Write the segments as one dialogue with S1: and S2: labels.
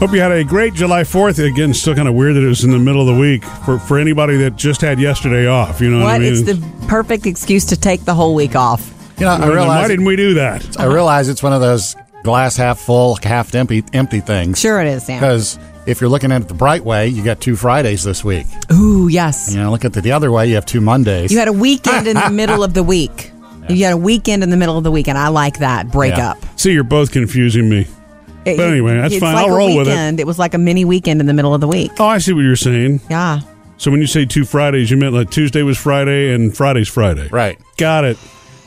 S1: Hope you had a great July 4th. Again, still kind of weird that it was in the middle of the week for, for anybody that just had yesterday off. You know what, I
S2: What?
S1: mean?
S2: It's the perfect excuse to take the whole week off.
S3: You know, I
S1: Then why
S3: realize
S1: didn't we do that?
S3: I realize it's one of those glass half full, half empty, empty things.
S2: Sure it is, Sam.
S3: Because if you're looking at it the bright way, you got two Fridays this week.
S2: Ooh, yes.
S3: You know, look at it the other way, you have two Mondays.
S2: You had a weekend in the middle of the week. You had a weekend in the middle of the week, and I like that breakup.
S1: See, you're both confusing me.
S2: It-
S1: But anyway, that's
S2: it's
S1: fine.
S2: Like
S1: I'll
S2: a
S1: roll with it.
S2: weekend. with it. It was like a mini weekend in the middle of the week.
S1: Oh, I see what you're saying.
S2: Yeah.
S1: So when you say two Fridays, you meant like Tuesday was Friday and Friday's Friday.
S3: right.
S1: Got it.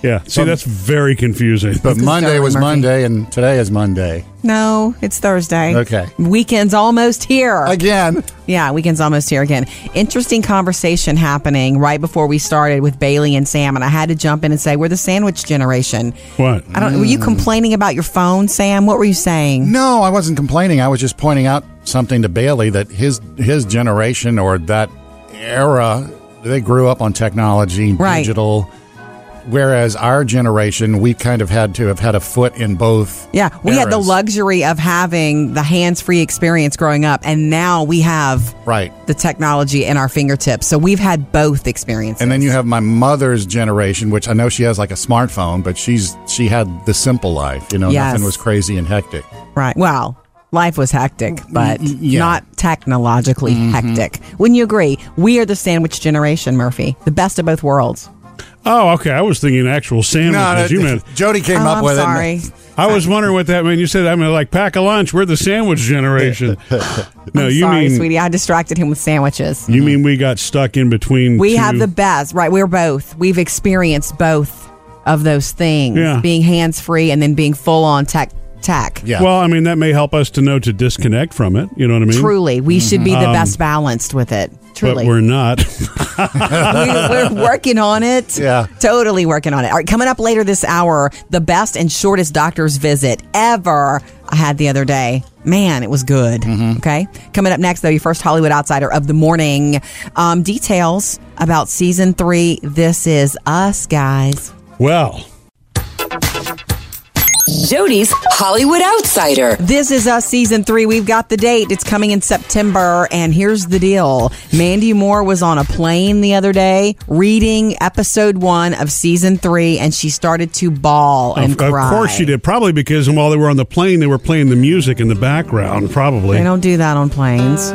S1: Yeah. See, that's very confusing.
S3: But Monday
S2: Darwin
S3: was
S2: Murphy.
S3: Monday and today is Monday.
S2: No, it's Thursday.
S3: Okay.
S2: Weekend's almost here.
S3: Again.
S2: Yeah, weekend's almost here again. Interesting conversation happening right before we started with Bailey and Sam, and I had to jump in and say we're the sandwich generation.
S1: What?
S2: I don't. Were
S1: Mm.
S2: you complaining about your phone, Sam? What were you saying?
S3: No, I wasn't complaining. I was just pointing out something to Bailey that his his generation or that era, they grew up on technology,
S2: Right.
S3: digital. Whereas our generation, we kind of had to have had a foot in both.
S2: Yeah, we had the
S3: eras.
S2: luxury of having the hands-free experience growing up, and now we have
S3: Right.
S2: the technology in our fingertips. So we've had both experiences.
S3: And then you have my mother's generation, which I know she has like a smartphone, but she's she had the simple life. You know,
S2: Yes.
S3: nothing was crazy and hectic.
S2: right? Well, life was hectic, but
S3: Mm, y- yeah. Mm-hmm.
S2: not technologically hectic. Wouldn't you agree? We are the sandwich generation, Murphy. The best of both worlds.
S1: Oh, okay. I was thinking actual sandwiches. you meant.
S3: Jody came
S2: Oh,
S3: up
S2: I'm
S3: with
S2: sorry.
S3: it.
S1: I was wondering what that meant. You said, I mean, like pack a lunch. We're the sandwich generation. No,
S2: I'm
S1: you
S2: sorry,
S1: mean
S2: sweetie. I distracted him with sandwiches.
S1: you mean we got stuck in between.
S2: We
S1: two-
S2: have the best, right? We're both. We've experienced both of those things
S1: Yeah.
S2: being hands free and then being full on tech. Tech.
S3: Yeah.
S1: Well, I mean, that may help us to know to disconnect from it. You know what I mean?
S2: Truly, we should be the best balanced with it.
S1: Mm-hmm. But
S2: Truly.
S1: we're not.
S2: we're, we're working on it.
S3: Yeah.
S2: Totally working on it. All right, coming up later this hour, the best and shortest doctor's visit ever I had the other day. Man, it was good.
S1: Mm-hmm.
S2: Okay. Coming up next, though, your first Hollywood Outsider of the morning. Um, details about season three. This is us, guys.
S1: well,
S4: Jody's Hollywood Outsider.
S2: This is us season three. We've got the date. It's coming in September. And here's the deal Mandy Moore was on a plane the other day reading episode one of season three, and she started to bawl and
S1: of, of
S2: cry.
S1: course she did. Probably because while they were on the plane, they were playing the music in the background, probably.
S2: They don't do that on planes.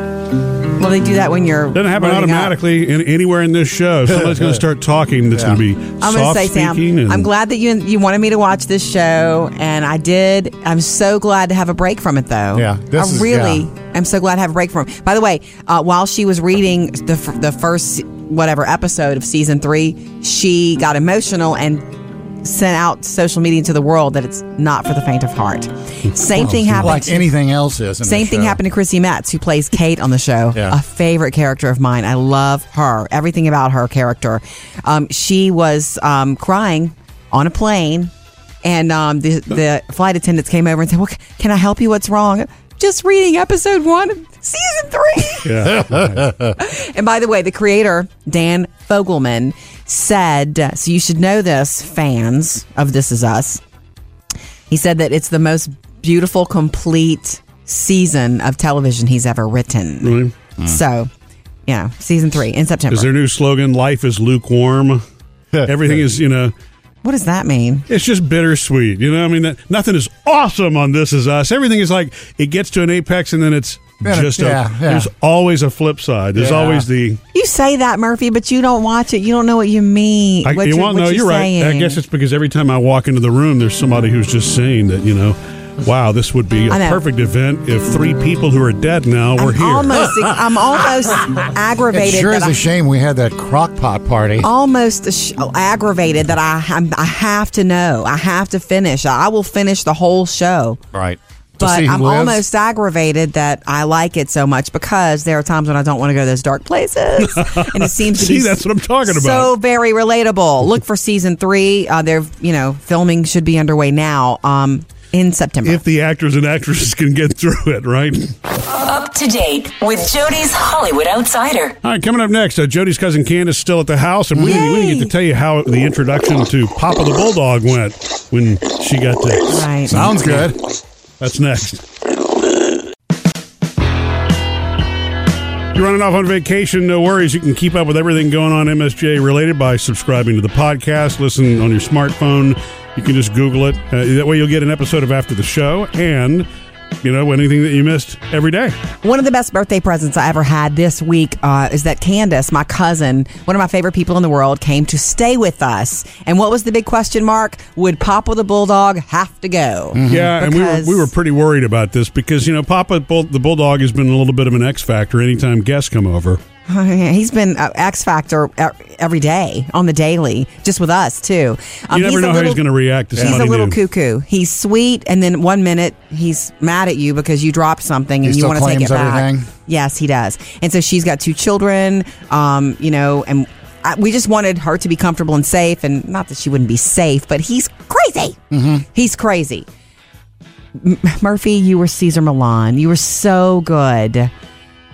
S2: Well, they do that when you're.
S1: Doesn't happen
S2: loading up.
S1: automatically in, anywhere in this show. Somebody's going to start talking that's going to be
S2: I'm
S1: soft
S2: gonna say, Sam,
S1: speaking. and-
S2: I'm glad that you you wanted me to watch this show, and I did. I'm so glad to have a break from it, though.
S3: Yeah, this
S2: I
S3: is-
S2: really
S3: yeah.
S2: am so glad to have a break from it. By the way, uh, while she was reading the f- the first whatever episode of season three, she got emotional and sent out social media to the world that it's not for the faint of heart. Same thing happened.
S3: Like
S2: to-
S3: anything else is. in
S2: same
S3: this
S2: thing
S3: show.
S2: happened to Chrissy Metz, who plays Kate on the show.
S3: Yeah.
S2: A favorite character of mine. I love her. Everything about her character. Um, she was um, crying on a plane, and um, the, the flight attendants came over and said, well, c- Can I help you? What's wrong? Just reading episode one of season three.
S1: Yeah.
S2: and by the way, the creator, Dan Fogelman, said, So you should know this, fans of This Is Us. He said that it's the most beautiful, complete season of television he's ever written.
S1: Really?
S2: So, yeah, season three in September.
S1: Is their new slogan "Life is lukewarm"? Everything is, you know,
S2: what does that mean?
S1: it's just bittersweet. You know, I mean, that, nothing is awesome on This Is Us. Everything is like it gets to an apex and then it's
S3: Then it-
S1: just
S3: yeah,
S1: a.
S3: yeah.
S1: There's always a flip side. There's
S3: Yeah.
S1: always the.
S2: You say that, Murphy, but you don't watch it. You don't know what you mean.
S1: I,
S2: what
S1: you
S2: you're-
S1: won't
S2: what
S1: know. You're
S2: saying.
S1: right. I guess it's because every time I walk into the room, there's somebody who's just saying that. You know, wow, this would be a
S2: I know.
S1: perfect event if three people who are dead now were
S2: I'm
S1: here.
S2: almost, I'm almost
S3: It
S2: aggravated.
S3: sure
S2: that
S3: is
S2: I- Oh,
S3: a shame we had that crock pot party.
S2: almost sh- aggravated that I I'm, I have to know. I have to finish. I will finish the whole show.
S3: Right. To
S2: But
S3: see who
S2: I'm
S3: lives.
S2: almost aggravated that I like it so much because there are times when I don't want to go to those dark places, and it seems to
S1: See,
S2: be
S1: that's what I'm talking
S2: So
S1: about.
S2: very relatable. Look for season three. Uh, they're you know filming should be underway now. Um, in September.
S1: if the actors and actresses can get through it, right?
S4: Up to date with Jody's Hollywood Outsider.
S1: All right, coming up next, uh, Jody's cousin Candace still at the house, and we didn't, we didn't
S2: Yay.
S1: get to tell you how the introduction to Papa the Bulldog went when she got to.
S2: right.
S3: Sounds good.
S1: That's next. You're running off on vacation, no worries. You can keep up with everything going on MSJ related by subscribing to the podcast. Listen on your smartphone. You can just Google it. Uh, that way, you'll get an episode of After the Show, and you know anything that you missed every day.
S2: One of the best birthday presents I ever had this week uh, is that Candace, my cousin, one of my favorite people in the world, came to stay with us. And what was the big question mark? Would Papa the Bulldog have to go?
S1: Yeah, and
S2: Because-
S1: we were, we were pretty worried about this because you know Papa Bull, the Bulldog has been a little bit of an X factor anytime guests come over.
S2: He's been uh, X Factor e- every day on the daily, just with us too. Um,
S1: You never
S2: a
S1: know how he's
S2: little-
S1: going to react to
S2: He's
S1: somebody
S2: a little
S1: new.
S2: cuckoo. He's sweet, and then one minute he's mad at you because you dropped something
S3: He
S2: and you
S3: still
S2: want to take it
S3: claims
S2: back.
S3: everything?
S2: Yes, he does. And so she's got two children, um, you know, and I, we just wanted her to be comfortable and safe. And not that she wouldn't be safe, but he's crazy.
S3: Mm-hmm.
S2: He's crazy. M- Murphy, you were Caesar Milan. You were so good.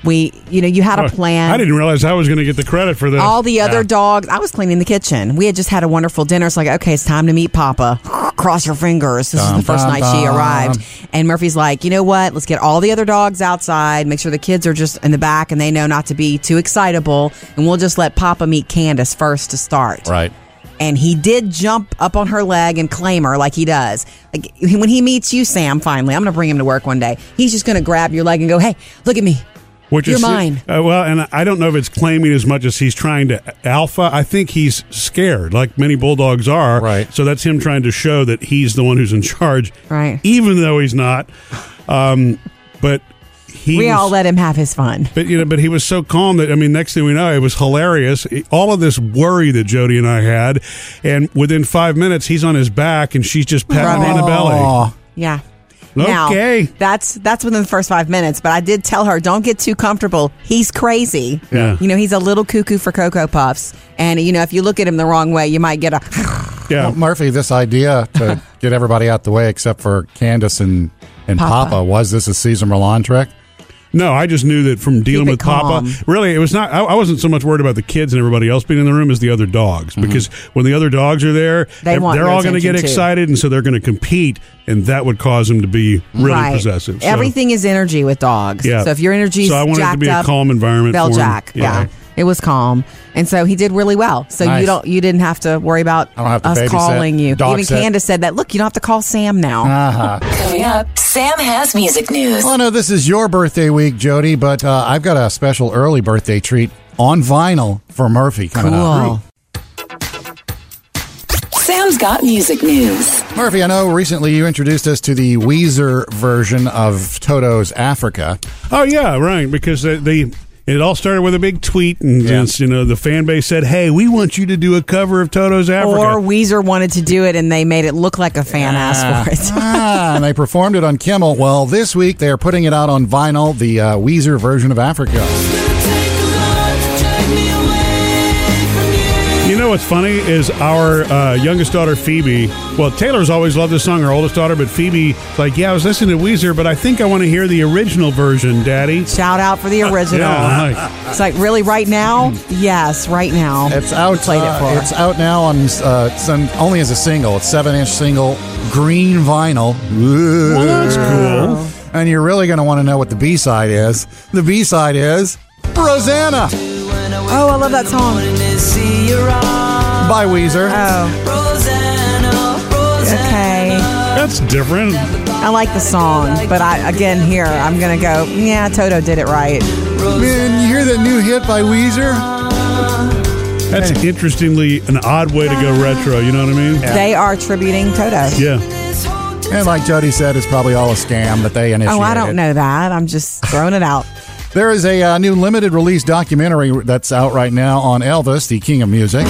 S2: We, you know, you had a plan
S1: Oh, I didn't realize I was going to get the credit for this.
S2: all the other dogs. I was cleaning the kitchen. We had just had a wonderful dinner. It's like, okay, it's time to meet Papa. Cross your fingers. This
S3: Dum,
S2: is the first
S3: dum,
S2: night she
S3: dum.
S2: arrived. And Murphy's like, you know what? Let's get all the other dogs outside. Make sure the kids are just in the back and they know not to be too excitable. And we'll just let Papa meet Candace first to start
S3: Right.
S2: and he did jump up on her leg and claim her like he does. Like he- when he meets you, Sam, finally, I'm going to bring him to work one day. He's just going to grab your leg and go, "Hey, look at me."
S1: which
S2: you're
S1: is
S2: mine.
S1: Uh, well, and I don't know if it's claiming as much as he's trying to alpha. I think he's scared, like many bulldogs are.
S3: Right.
S1: So that's him trying to show that he's the one who's in charge.
S2: Right.
S1: Even though he's not. Um, but he
S2: We all
S1: was-
S2: let him have his fun.
S1: But you know, but he was so calm that I mean, next thing we know, it was hilarious. All of this worry that Jody and I had, and within five minutes, he's on his back and she's just patting him on the belly.
S3: Aw.
S2: Yeah.
S1: Okay.
S2: Now, that's that's within the first five minutes, but I did tell her don't get too comfortable. He's crazy.
S1: Yeah.
S2: You know, he's a little cuckoo for Cocoa Puffs, and you know if you look at him the wrong way, you might get a.
S1: yeah.
S3: Well, Murphy, this idea to get everybody out the way except for Candace and, and
S2: Papa.
S3: Papa. was this a Caesar Milan trick?
S1: No, I just knew that from dealing
S2: Keep it
S1: with Papa.
S2: calm.
S1: Really, it was not. I, I wasn't so much worried about the kids and everybody else being in the room as the other dogs, because when the other dogs are there,
S2: They
S1: ev-
S2: want
S1: they're
S2: your
S1: all going to get
S2: attention, too.
S1: excited, and so they're going to compete, and that would cause him to be really
S2: right.
S1: possessive. So-
S2: Everything is energy with dogs.
S1: Yeah.
S2: So if your energy's
S1: So I wanted it to
S2: jacked
S1: be a
S2: up,
S1: calm environment
S2: Bell
S1: for him.
S2: Jack.
S1: Yeah.
S2: Yeah. It was calm, and so he did really well. So
S3: Nice.
S2: you don't, you didn't have to worry about
S3: I don't have to
S2: us
S3: babysit,
S2: calling you.
S3: dog
S2: Even
S3: sit.
S2: Candace said that. Look, you don't have to call Sam now.
S4: Coming up, Sam has music news.
S3: Well, I know Oh, this is your birthday week, Jody, but uh, I've got a special early birthday treat on vinyl for Murphy coming up.
S2: cool.
S4: Sam's got music news.
S3: Murphy, I know recently you introduced us to the Weezer version of Toto's Africa.
S1: Oh yeah, right. Because they, they it all started with a big tweet, and
S3: Yeah.
S1: just, you know the fan base said, "Hey, we want you to do a cover of Toto's Africa."
S2: Or Weezer wanted to do it, and they made it look like a fan asked for it.
S3: ah, and they performed it on Kimmel. Well, this week they are putting it out on vinyl, the uh, Weezer version of Africa.
S1: you know what's funny is our uh, youngest daughter Phoebe. Well, Taylor's always loved this song. Our oldest daughter, but Phoebe, like, yeah, I was listening to Weezer, but I think I want to hear the original version, Daddy.
S2: Shout out for the original.
S1: Yeah, like,
S2: It's like really right now? Yes, right now.
S3: It's out.
S2: Played it
S3: uh,
S2: for. her.
S3: It's out now on uh, some, only as a single. It's seven inch single, green vinyl. Well,
S1: that's cool.
S3: And you're really going to want to know what the B side is. The B side is Rosanna
S2: oh, I love that song.
S3: by Weezer.
S2: Oh, okay.
S1: That's different.
S2: I like the song, but I again here I'm gonna go. Yeah, Toto did it right.
S3: Man, you hear that new hit by Weezer?
S1: That's interestingly an odd way to go retro. You know what I mean?
S2: They are tributing Toto.
S1: Yeah.
S3: And like Jody said, it's probably all a scam that they initiated.
S2: Oh, I don't know that. I'm just throwing it out.
S3: There is a uh, new limited release documentary that's out right now on Elvis, the king of music.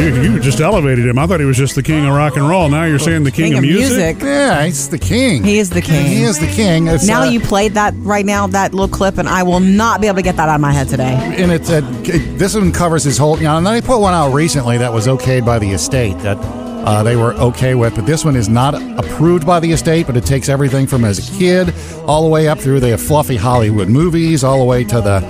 S1: You, you just elevated him. I thought he was just the king of rock and roll. Now you're saying the king,
S2: King
S1: of,
S2: of
S1: music.
S2: music.
S3: Yeah, he's the king.
S2: He is the king.
S3: He is the king. It's,
S2: Now
S3: uh,
S2: you played that right now, that little clip, and I will not be able to get that out of my head today.
S3: and it's a, it- this one covers his whole. You know, and they put one out recently that was okayed by the estate. That uh, they were okay with. But this one is not approved by the estate, but it takes everything from as a kid all the way up through the fluffy Hollywood movies, all the way to the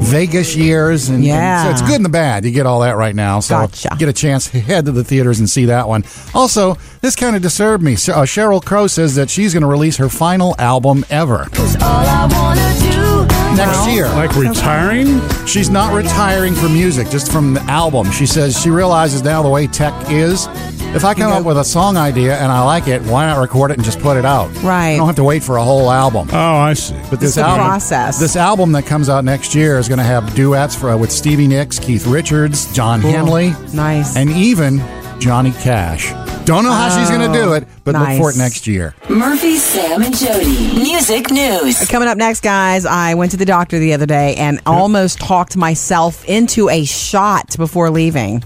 S3: Vegas years. And, and
S2: Yeah.
S3: so it's good and the bad. You get all that right now. So
S2: Gotcha.
S3: get a chance, head to the theaters and see that one. Also, this kind of disturbed me. So, uh, Cheryl Crow says that she's going to release her final album ever next year.
S1: Like retiring?
S3: She's not retiring from music, just from the album. She says she realizes now the way tech is. If I come up with a song idea and I like it, why not record it and just put it out?
S2: Right.
S3: I don't have to wait for a whole album.
S1: Oh, I see.
S3: But
S2: It's
S3: this
S2: a
S3: album,
S2: process.
S3: this album that comes out next year is going to have duets for, uh, with Stevie Nicks, Keith Richards, John Henley,
S2: Nice.
S3: and even Johnny Cash. Don't know how she's going to do it, but
S2: Oh, nice.
S3: look for it next year.
S4: Murphy, Sam, and Jody. Music news.
S2: Coming up next, guys, I went to the doctor the other day and almost talked myself into a shot before leaving.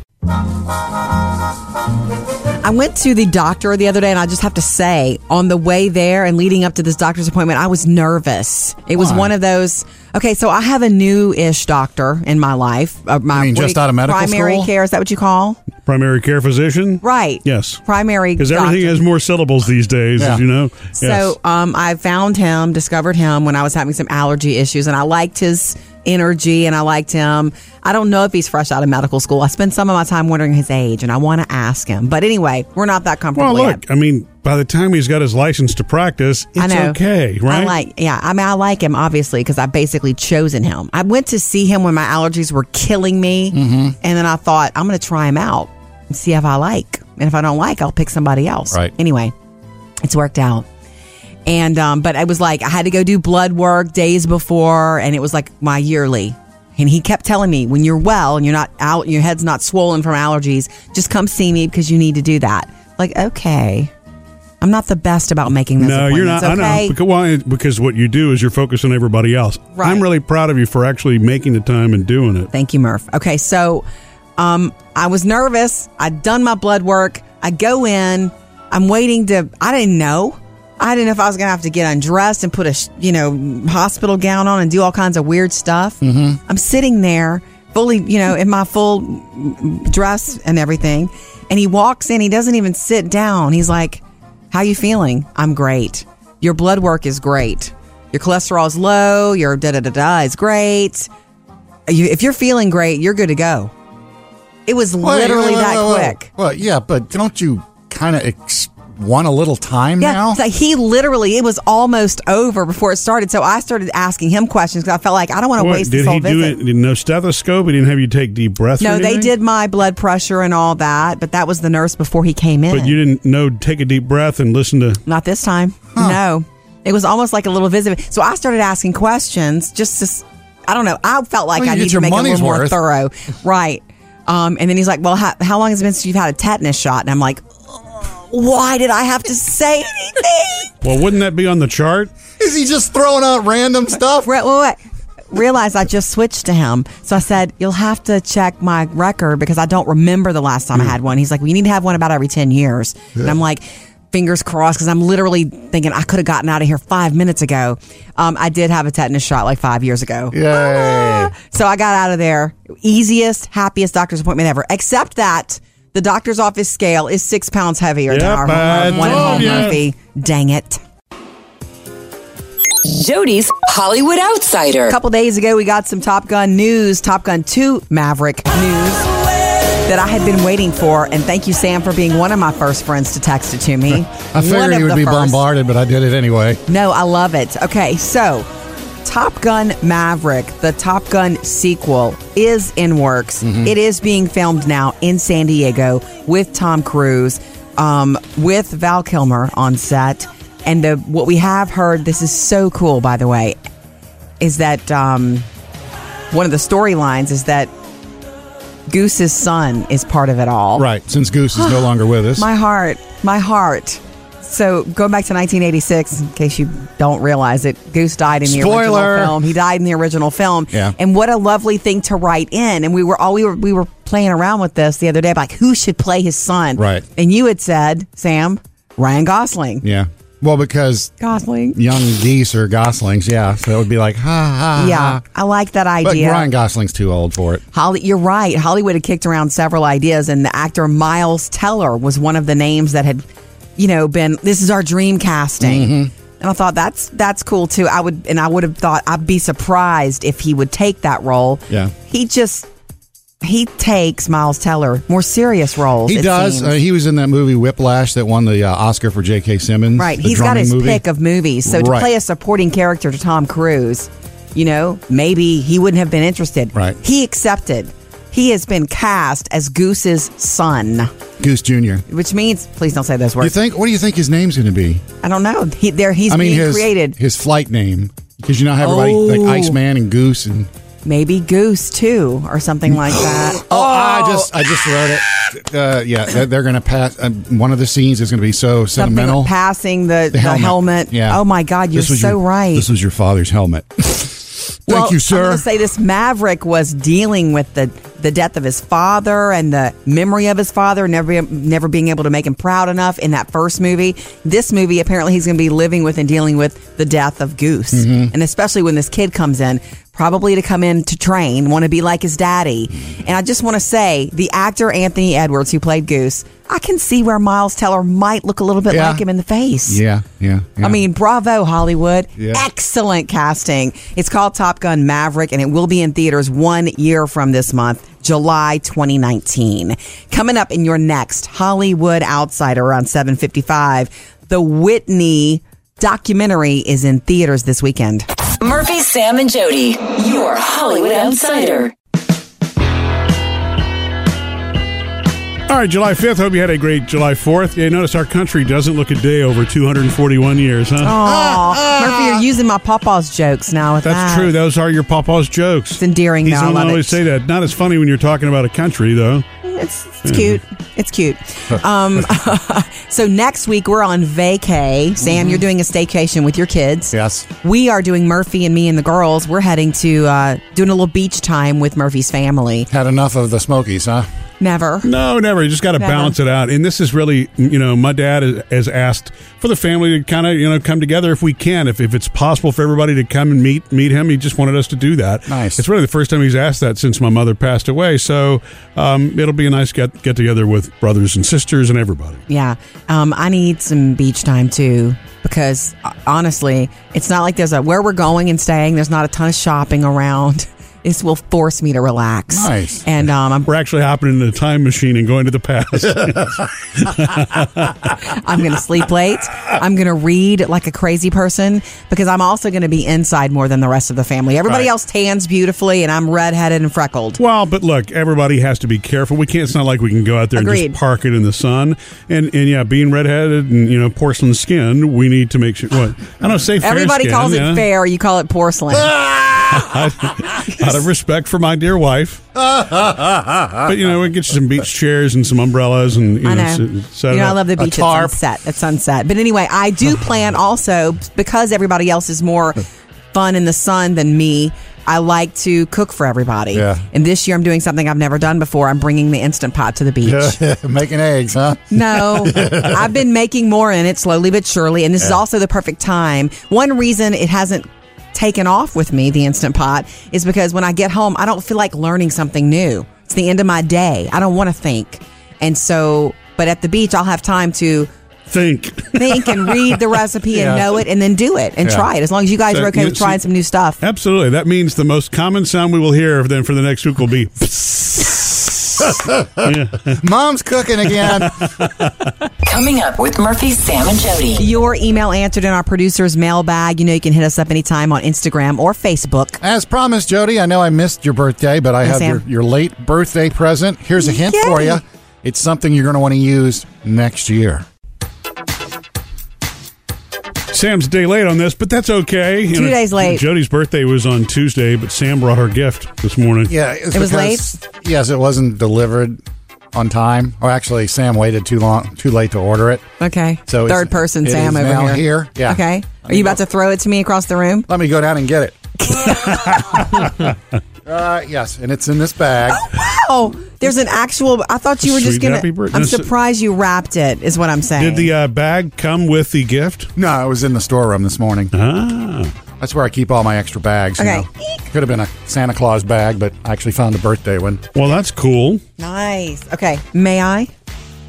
S2: I went to the doctor the other day, and I just have to say, on the way there and leading up to this doctor's appointment, I was nervous. It was
S3: Why?
S2: one of those. Okay, so I have a new-ish doctor in my life. Uh, my
S3: mean
S2: what do
S3: just out of medical
S2: primary
S3: school?
S2: care is that what you call?
S1: Primary care physician?
S2: Right.
S1: Yes.
S2: Primary
S1: Because everything
S2: doctor.
S1: has more syllables these days,
S3: Yeah.
S1: as you know.
S2: So um, I found him, discovered him when I was having some allergy issues, and I liked his energy and I liked him. I don't know if he's fresh out of medical school. I spend some of my time wondering his age, and I want to ask him. But anyway, we're not that
S1: Well,
S2: comfortable
S1: look,
S2: yet.
S1: I mean, by the time he's got his license to practice, it's
S2: I know.
S1: okay, right?
S2: I like, yeah. I mean, I like him obviously because I basically chosen him. I went to see him when my allergies were killing me,
S1: Mm-hmm.
S2: and then I thought I'm going to try him out and see if I like. And if I don't like, I'll pick somebody else.
S3: Right.
S2: Anyway, it's worked out. And um, but I was like, I had to go do blood work days before, and it was like my yearly. And he kept telling me, when you're well and you're not out, your head's not swollen from allergies, just come see me because you need to do that. Like, okay, I'm not the best about making those
S1: No, you're not.
S2: appointments,
S1: I know
S2: Okay?
S1: because, well, it- because what you do is you're focused on everybody else.
S2: Right.
S1: I'm really proud of you for actually making the time and doing it.
S2: Thank you, Murph. Okay, so um, I was nervous. I'd done my blood work. I go in. I'm waiting to. I didn't know. I didn't know if I was going to have to get undressed and put a sh- you know hospital gown on and do all kinds of weird stuff. Mm-hmm. I'm sitting there fully, you know, in my full dress and everything, and he walks in. He doesn't even sit down. He's like, "How you feeling? I'm great. Your blood work is great. Your cholesterol is low. Your da da da da is great." you, if you're feeling great, you're good to go. It was
S3: Wait,
S2: literally
S3: wait, wait,
S2: that
S3: wait, wait.
S2: quick.
S3: Well, yeah, but don't you kind of ex- want a little time
S2: Yeah,
S3: now?
S2: so he literally, it was almost over before it started. So I started asking him questions because I felt like I don't want to
S1: What,
S2: waste
S1: did
S2: this
S1: he
S2: whole
S1: do
S2: visit.
S1: it? Did no stethoscope? He didn't have you take deep breaths. or
S2: no, they
S1: anything?
S2: did my blood pressure and all that, but that was the nurse before he came in.
S1: But you didn't know. Take a deep breath and listen to.
S2: Not this time. No. It was almost like a little visit. So I started asking questions just to, s- I don't know. I felt like
S3: Well,
S2: I
S3: you get
S2: need to
S3: your
S2: make it a
S3: money's
S2: little more
S3: worth.
S2: thorough. Right. Um, and then he's like, well, how, how long has it been since you've had a tetanus shot? And I'm like, "Ugh, why did I have to say anything?
S1: Well, wouldn't that be on the chart?
S3: Is he just throwing out random stuff?
S2: Re- wait, wait. Realized I just switched to him. So I said, You'll have to check my record because I don't remember the last
S1: Hmm.
S2: time I had one. He's like, We need to have one about every 10 years. And I'm like, Fingers crossed because I'm literally thinking I could have gotten out of here five minutes ago. Um, I did have a tetanus shot like five years ago.
S3: Yay.
S2: So I got out of there. Easiest, happiest doctor's appointment ever, except that the doctor's office scale is six pounds heavier than
S1: Yep,
S2: our
S1: I
S2: home, one at
S1: told
S2: home,
S1: ya.
S2: Murphy. Dang it.
S4: Jody's Hollywood Outsider.
S2: A couple days ago, we got some Top Gun news, Top Gun 2 Maverick news that I had been waiting for. And thank you, Sam, for being one of my first friends to text it to me.
S3: I figured he would be bombarded, but I did it anyway.
S2: No, I love it. Okay, so Top Gun Maverick, the Top Gun sequel, is in works. It is being filmed now in San Diego with Tom Cruise, um, with Val Kilmer on set. And the, what we have heard, this is so cool, by the way, is that um, one of the storylines is that Goose's son is part of it all.
S3: Right, since Goose is no longer with us.
S2: My heart, my heart. So going back to 1986, in case you don't realize it, Goose died in the
S3: Spoiler.
S2: original film. He died in the original film.
S3: Yeah.
S2: And what a lovely thing to write in. And we were all we were we were playing around with this the other day, like who should play his son?
S3: Right.
S2: And you had said, Sam, Ryan Gosling.
S3: yeah. Well, because
S2: Gosling.
S3: young geese are goslings, yeah. So it would be like, ha, ha,
S2: Yeah,
S3: ha.
S2: I like that
S3: Uh-huh. But
S2: idea.
S3: Ryan Gosling's too old for it.
S2: Holly, you're right. Hollywood had kicked around several ideas, and the actor Miles Teller was one of the names that had, you know, been this is our dream casting.
S3: Mm-hmm.
S2: And I thought that's that's cool too. I would and I would have thought I'd be surprised if he would take that role.
S3: Yeah.
S2: he just he takes Miles Teller more serious roles.
S3: He
S2: it
S3: does.
S2: seems.
S3: Uh, he was in that movie Whiplash that won the uh, Oscar for J.K. Simmons.
S2: right,
S3: the
S2: he's got
S3: drumming
S2: his
S3: movie.
S2: pick of movies. So to
S3: Right.
S2: play a supporting character to Tom Cruise, you know, maybe he wouldn't have been interested.
S3: Right.
S2: he accepted. He has been cast as Goose's son.
S3: Goose Jr.
S2: which means please don't say those
S3: You
S2: words.
S3: think? What do you think his name's going to be?
S2: I don't know. He, there, he's
S3: I mean,
S2: being
S3: his
S2: created.
S3: his flight name because you know how everybody like
S2: Oh.
S3: Iceman and Goose and
S2: Maybe Goose too, or something like that.
S3: oh, I just I just wrote it. Uh, yeah, they're, they're going to pass. Um, one of the scenes is going to be so
S2: something like
S3: sentimental.
S2: passing the, the, helmet.
S3: Yeah.
S2: Oh my God, you're
S3: This was
S2: so
S3: your-
S2: right.
S3: This was your father's helmet. Thank
S2: well,
S3: you,
S2: I'm
S3: sir.
S2: going to say this: Maverick was dealing with the the death of his father and the memory of his father, never never being able to make him proud enough in that first movie. This movie, apparently, he's going to be living with and dealing with the death of Goose,
S3: Mm-hmm.
S2: and especially when this kid comes in, probably to come in to train, want to be like his daddy. And I just want to say, the actor Anthony Edwards who played Goose, I can see where Miles Teller might look a little bit
S3: Yeah.
S2: like him in the face.
S3: yeah, yeah, yeah.
S2: I mean, bravo, Hollywood.
S3: Yeah.
S2: Excellent casting. It's called Top Gun Maverick, and it will be in theaters one year from this month, July 2019. Coming up in your next Hollywood Outsider around 755, the Whitney documentary is in theaters this weekend.
S4: Murphy, Sam, and Jody, your Hollywood Outsider.
S1: All right, July 5th. Hope you had a great July 4th. Yeah, notice our country doesn't look a day over 241 years, huh?
S2: Aw, Murphy, you're using my papa's jokes now with
S1: That's
S2: that.
S1: true. Those are your papa's jokes. It's
S2: endearing,
S1: He's
S2: though. I
S1: gonna
S2: love it.
S1: always say that. Not as funny when you're talking about a country, though.
S2: It's, it's cute. It's cute. Um, so next week we're on vacay. Sam, you're
S1: Mm-hmm.
S2: doing a staycation with your kids.
S3: Yes.
S2: We are doing Murphy and me and the girls. We're heading to uh, doing a little beach time with Murphy's family.
S3: had enough of the Smokies, huh?
S2: Never.
S1: No, never. You just got to
S2: Never.
S1: balance it out. And this is really, you know, my dad has- has asked for the family to kind of, you know, come together if we can, if, if it's possible for everybody to come and meet meet him. He just wanted us to do that.
S3: Nice.
S1: It's really the first time he's asked that since my mother passed away. So um, it'll be a nice get get together with brothers and sisters and everybody.
S2: Yeah. Um, I need some beach time too because uh, honestly, it's not like there's a where we're going and staying. There's not a ton of shopping around. This will force me to relax.
S3: Nice.
S2: And um, I'm
S1: We're actually hopping in a time machine and going to the past.
S2: I'm going to sleep late. I'm going to read like a crazy person because I'm also going to be inside more than the rest of the family. Everybody
S1: Right.
S2: else tans beautifully, and I'm redheaded and freckled.
S1: Well, but look, everybody has to be careful. We can't. It's not like we can go out there and
S2: Agreed.
S1: just park it in the sun. And and yeah, being redheaded and you know porcelain skin, we need to make sure. What I don't say. Fair
S2: Everybody
S1: skin,
S2: calls
S1: yeah.
S2: it fair. You call it porcelain. Ah!
S1: Out of respect for my dear wife. but you know, we get you some beach chairs and some umbrellas and you
S2: I
S1: know.
S2: know.
S1: so- so
S2: you know, I love the
S3: A
S2: beach at
S3: tarp.
S2: sunset. At sunset. But anyway, I do plan also because everybody else is more fun in the sun than me. I like to cook for everybody.
S3: Yeah.
S2: And this year I'm doing something I've never done before. I'm bringing the Instant Pot to the beach.
S3: Making eggs, huh?
S2: No, I've been making more in it slowly but surely, and this is also the perfect time. One reason it hasn't taken off with me, the Instant Pot, is because when I get home, I don't feel like learning something new. It's the end of my day. I don't want to think. And so, but at the beach, I'll have time to
S1: Think.
S2: think and read the recipe and
S3: Yeah.
S2: know it and then do it and
S3: Yeah.
S2: try it as long as you guys
S1: So
S2: are okay
S1: you-
S2: with trying
S1: so-
S2: some new stuff.
S1: Absolutely. That means the most common sound we will hear then for the next week will be.
S3: Mom's cooking again.
S4: Coming up with Murphy, Sam, and Jody.
S2: Your email answered in our producer's mailbag. You know, you can hit us up anytime on Instagram or Facebook.
S3: As promised, Jody, I know I missed your birthday, but I
S2: Yes,
S3: have your,
S2: Sam.
S3: your late birthday present. Here's a hint for
S2: Yay.
S3: you it's something you're going to want to use next year.
S1: Sam's a day late on this, but that's okay. You
S2: Two days late.
S1: Jody's birthday was on Tuesday, but Sam brought her gift this morning.
S3: Yeah,
S2: It was
S3: late. Yes, it wasn't delivered on time. Or actually, Sam waited too long, too late to order it.
S2: Okay.
S3: So it's-
S2: third person
S3: it
S2: Sam
S3: is
S2: over
S3: now
S2: here.
S3: here. Yeah.
S2: Okay. Are you about to throw it to me across the room?
S3: Let me go down and get it. Uh, yes, and it's in this bag.
S2: Oh, there's an actual. I thought you were just
S1: Sweet
S2: gonna.
S1: happy birthday.
S2: I'm
S1: No, so-
S2: surprised you wrapped it. Is what I'm saying.
S1: Did the uh, bag come with the gift?
S3: No, it was in the storeroom this morning.
S1: Ah,
S3: That's where I keep all my extra bags. you
S2: Okay.
S3: know. Could have been a Santa Claus bag, but I actually found a birthday one.
S1: well, that's cool.
S2: nice. Okay. May I?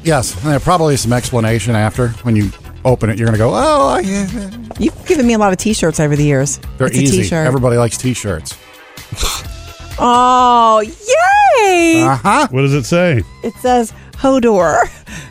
S3: Yes, and there probably is some explanation after when you open it. You're going to go, oh, I, eh, eh."
S2: You've given me a lot of T-shirts over the years.
S3: they're
S2: it's
S3: easy.
S2: a T-shirt.
S3: Everybody likes T-shirts.
S2: oh, yay!
S3: Uh huh.
S1: What does it say?
S2: it says Hodor.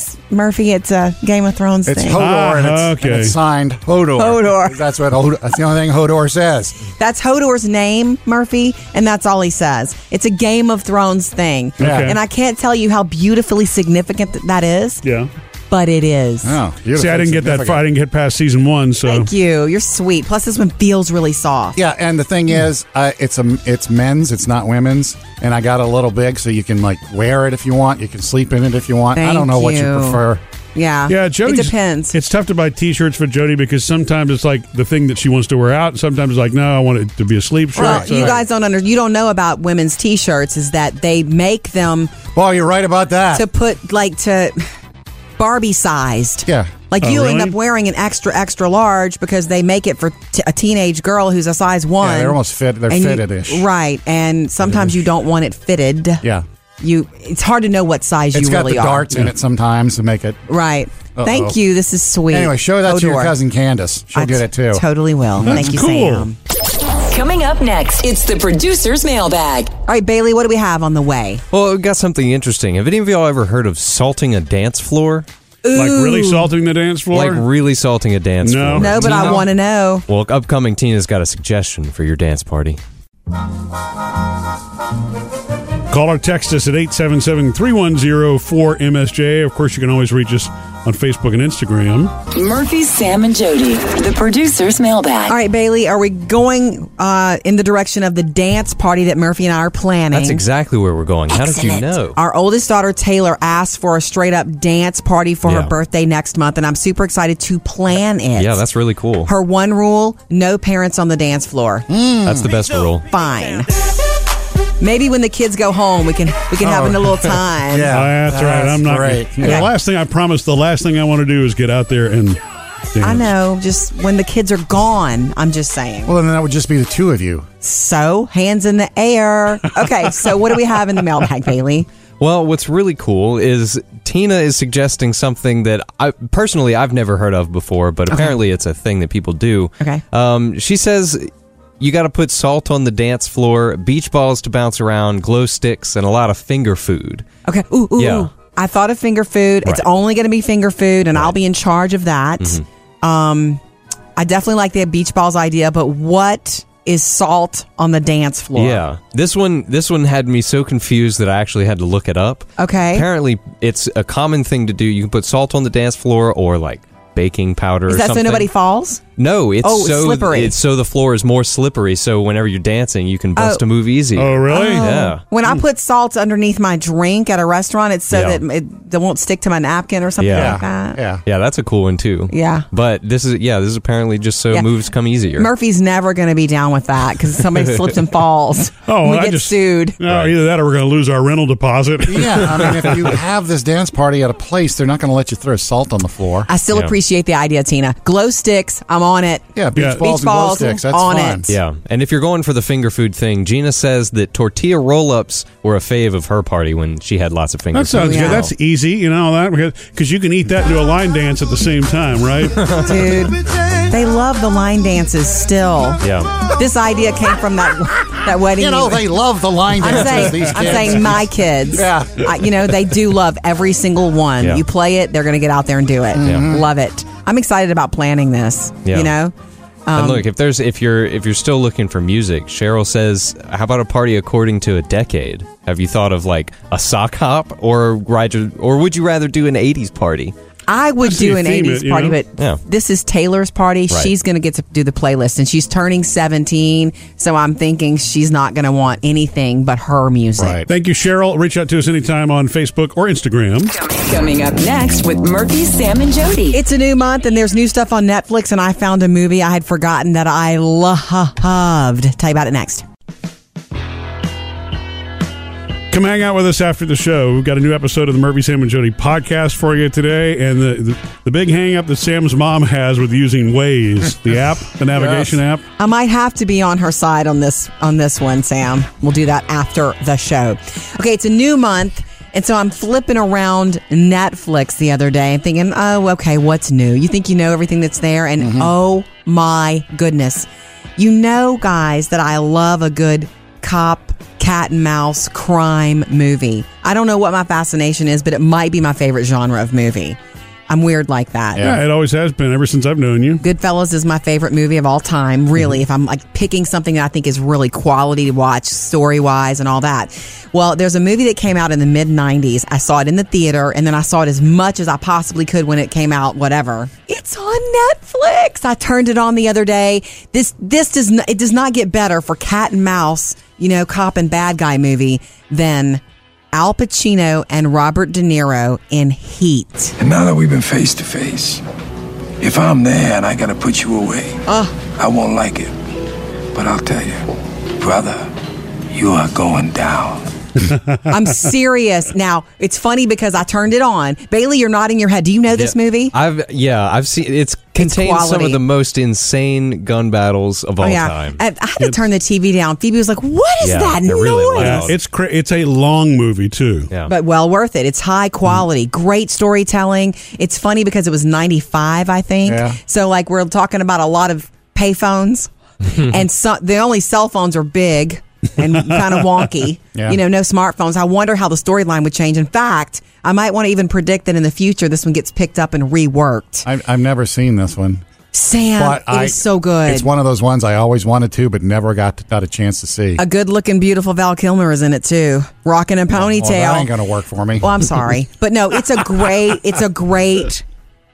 S2: It's Murphy, it's a Game of Thrones
S3: It's
S2: thing.
S3: Hodor,
S1: Ah,
S3: and, it's, and
S1: okay.
S3: it's signed Hodor.
S2: Hodor.
S3: That's what Hodor, that's the only thing Hodor says.
S2: that's Hodor's name, Murphy, and that's all he says. It's a Game of Thrones thing.
S3: Yeah.
S2: And I can't tell you how beautifully significant th- that is,
S1: Yeah.
S2: but it is.
S3: Oh,
S1: See, I didn't get that far. I didn't get past season one, so
S2: Thank you. You're sweet. Plus, this one feels really soft.
S3: Yeah, and the thing is, uh, it's a it's men's, it's not women's, and I got a little big, so you can like wear it if you want, you can sleep in it if you want. I
S2: Thank
S3: don't know what you
S2: you.
S3: prefer.
S2: Yeah.
S1: yeah. Jody,
S2: It depends.
S1: It's tough to buy T-shirts for Jody because sometimes it's like the thing that she wants to wear out, and sometimes it's like, no, I want it to be a sleep shirt.
S2: well,
S1: so-
S2: you guys don't under you don't know about women's t-shirts is that they make them
S3: Well, you're right about that.
S2: to put like to Barbie sized.
S3: yeah,
S2: Like
S1: Oh,
S2: you
S1: really?
S2: end up wearing an extra extra large because they make it for t- a teenage girl who's a size one.
S3: they're almost fit- they're
S2: And you-
S3: fitted-ish.
S2: right? And sometimes you don't want it fitted.
S3: yeah.
S2: you. It's hard to know what size
S3: It's
S2: you
S3: got
S2: really
S3: the darts
S2: are.
S3: in it sometimes to make it.
S2: Right.
S3: Uh-oh.
S2: Thank you. This is sweet.
S3: Anyway, show that to your
S2: Odor.
S3: cousin Candace. She'll
S2: I
S3: get it too.
S2: Totally will.
S1: That's
S2: Thank you,
S1: cool.
S2: Sam.
S4: Coming up next, it's the producer's mailbag.
S2: All right, Bailey, what do we have on the way?
S5: Well, we got something interesting. Have any of y'all ever heard of salting a dance floor?
S1: like really salting the dance floor.
S5: Like really salting a dance
S1: No.
S5: floor?
S2: No, but I want to know.
S5: Well, upcoming Tina's got a suggestion for your dance party.
S1: Call or text us at 877-310-4MSJ. Of course, you can always reach us on Facebook and Instagram. Ah,
S4: Murphy, Sam, and Jody. The producer's mailbag.
S2: All right, Bailey, are we going uh, in the direction of the dance party that Murphy and I are planning?
S5: That's exactly where we're going. How did you
S4: Excellent.
S5: know?
S2: Our oldest daughter Taylor asked for a straight up dance party for
S5: Yeah.
S2: her birthday next month, and I'm super excited to plan it.
S5: Yeah, that's really cool.
S2: her one rule: no parents on the dance floor.
S5: That's the best rule.
S2: Fine. Maybe when the kids go home, we can we can have a
S5: Oh.
S2: little time.
S3: Yeah,
S1: that's, right. I'm not.
S3: great.
S1: The last thing I promise, the last thing I want to do is get out there and. Dance.
S2: I know. Just when the kids are gone, I'm just saying.
S3: Well, then that would just be the two of you.
S2: So hands in the air. Okay. So what do we have in the mailbag, Bailey?
S5: Well, what's really cool is Tina is suggesting something that I personally I've never heard of before, but apparently it's a thing that people do.
S2: Okay.
S5: Um, she says you got to put salt on the dance floor, beach balls to bounce around, glow sticks, and a lot of finger food.
S2: Okay. Ooh, ooh,
S5: Yeah.
S2: ooh. I thought of finger food. It's
S5: Right.
S2: only going to be finger food, and I'll be in charge of that.
S5: Mm-hmm.
S2: Um, I definitely like the beach balls idea, but what is salt on the dance floor?
S5: Yeah, this one this one had me so confused that I actually had to look it up.
S2: Okay.
S5: Apparently, it's a common thing to do. You can put salt on the dance floor or like baking powder.
S2: Is
S5: or
S2: that
S5: something.
S2: so nobody falls?
S5: No, it's
S2: Oh, it's
S5: so
S2: slippery.
S5: It's so the floor is more slippery. So whenever you're dancing, you can bust
S2: Oh.
S5: a move easy.
S1: Oh, really?
S5: Yeah. Mm.
S2: When I put salt underneath my drink at a restaurant, it's so
S5: Yeah.
S2: that it, that won't stick to my napkin or something
S5: Yeah.
S2: like that.
S3: Yeah.
S5: Yeah, that's a cool one too.
S2: Yeah.
S5: But this is yeah, this is apparently just so
S2: Yeah.
S5: moves come easier.
S2: Murphy's never going to be down with that because somebody slips and falls.
S1: Oh,
S2: we
S1: I
S2: get
S1: just-
S2: sued.
S1: No, either that or we're going to lose our rental deposit.
S3: Yeah, I mean, if you have this dance party at a place, they're not going to let you throw salt on the floor.
S2: I still
S5: Yeah.
S2: appreciate the idea, Tina. Glow sticks, I'm on it.
S3: Yeah, beach
S1: Yeah.
S3: balls
S2: Beach
S3: and glow
S2: balls
S3: sticks. That's
S2: on
S3: fun.
S2: it.
S5: yeah. And if you're going for the finger food thing, Gina says that tortilla roll-ups were a fave of her party when she had lots of finger
S1: That sounds
S2: Yeah.
S1: good. That's easy, you know all that because you can eat that and do a line dance at the same time, right?
S2: dude. They love the line dances still.
S5: yeah.
S2: This idea came from that that wedding.
S3: You know, they love the line
S2: I'm
S3: dances,
S2: saying,
S3: these
S2: I'm
S3: kids.
S2: saying my kids.
S3: Yeah.
S2: I, you know, they do love every single one.
S5: Yeah.
S2: You play it, they're going to get out there and do it.
S5: Yeah.
S3: Mm-hmm.
S2: Love it. I'm excited about planning this.
S5: Yeah.
S2: You know,
S5: and look,
S2: Um,
S5: if there's if you're if you're still looking for music, Cheryl says, "How about a party according to a decade? Have you thought of like a sock hop, or rather, or would you rather do an '80s party?
S2: I would
S1: I see
S2: do
S1: you
S2: an
S1: theme
S2: 80s
S1: it, you
S2: party,
S1: know?
S2: but
S5: Yeah.
S2: this is Taylor's party.
S5: Right.
S2: She's going to get to do the playlist, and she's turning 17. So I'm thinking she's not going to want anything but her music.
S3: Right.
S1: Thank you, Cheryl. Reach out to us anytime on Facebook or Instagram.
S4: Coming up next with Murphy, Sam, and Jody.
S2: It's a new month, and there's new stuff on Netflix, and I found a movie I had forgotten that I loved. Tell you about it next.
S1: Come hang out with us after the show. We've got a new episode of the Murphy, Sam, and Jody podcast for you today. And the, the, the big hang up that Sam's mom has with using Waze, the app, the navigation app.
S2: I might have to be on her side on this on this one, Sam. We'll do that after the show. Okay, it's a new month, and so I'm flipping around Netflix the other day and thinking, oh, okay, what's new? You think you know everything that's there, and oh my goodness, you know, guys, that I love a good cop cat and mouse crime movie. I don't know what my fascination is, but it might be my favorite genre of movie. I'm weird like that.
S1: Yeah, it always has been ever since I've known you.
S2: Goodfellas is my favorite movie of all time, really. If I'm like picking something that I think is really quality to watch, story wise, and all that. Well, there's a movie that came out in the mid 90s. I saw it in the theater, and then I saw it as much as I possibly could when it came out, whatever. It's on Netflix. I turned it on the other day. This, this does not, it does not get better for cat and mouse, you know, cop and bad guy movie than Al Pacino and Robert De Niro in Heat.
S6: And now that we've been face to face, if I'm there and I gotta put you away,
S2: Ah.
S6: I won't like it. But I'll tell you, brother, you are going down.
S2: I'm serious. Now it's funny because I turned it on. Bailey, you're nodding your head. Do you know this
S5: Yeah.
S2: movie?
S5: I've yeah, I've seen it's contained some
S2: quality. Oh,
S5: of the most insane gun battles of all time.
S2: I, I had to turn the TV down. Phoebe was like, "What is
S5: Yeah,
S2: that
S5: they're
S2: noise?"
S5: really
S1: Yeah,
S5: loud.
S1: it's cra- it's a long movie too.
S5: yeah.
S2: But well worth it. It's high
S5: Mm-hmm.
S2: quality, great storytelling. It's funny because it was 95, I think.
S3: Yeah.
S2: So like we're talking about a lot of payphones, and so, the only cell phones are big and kind of wonky.
S3: Yeah.
S2: You know, no smartphones. I wonder how the storyline would change. In fact, I might want to even predict that in the future this one gets picked up and reworked.
S3: I've, I've never seen this one.
S2: Sam, it
S3: but
S2: is
S3: I,
S2: so good.
S3: It's one of those ones I always wanted to, but never got got a chance to see.
S2: a good looking, beautiful Val Kilmer is in it too, rocking a ponytail.
S3: Well, that ain't going to work for me.
S2: Well, I'm sorry, but no, it's a great, it's a great,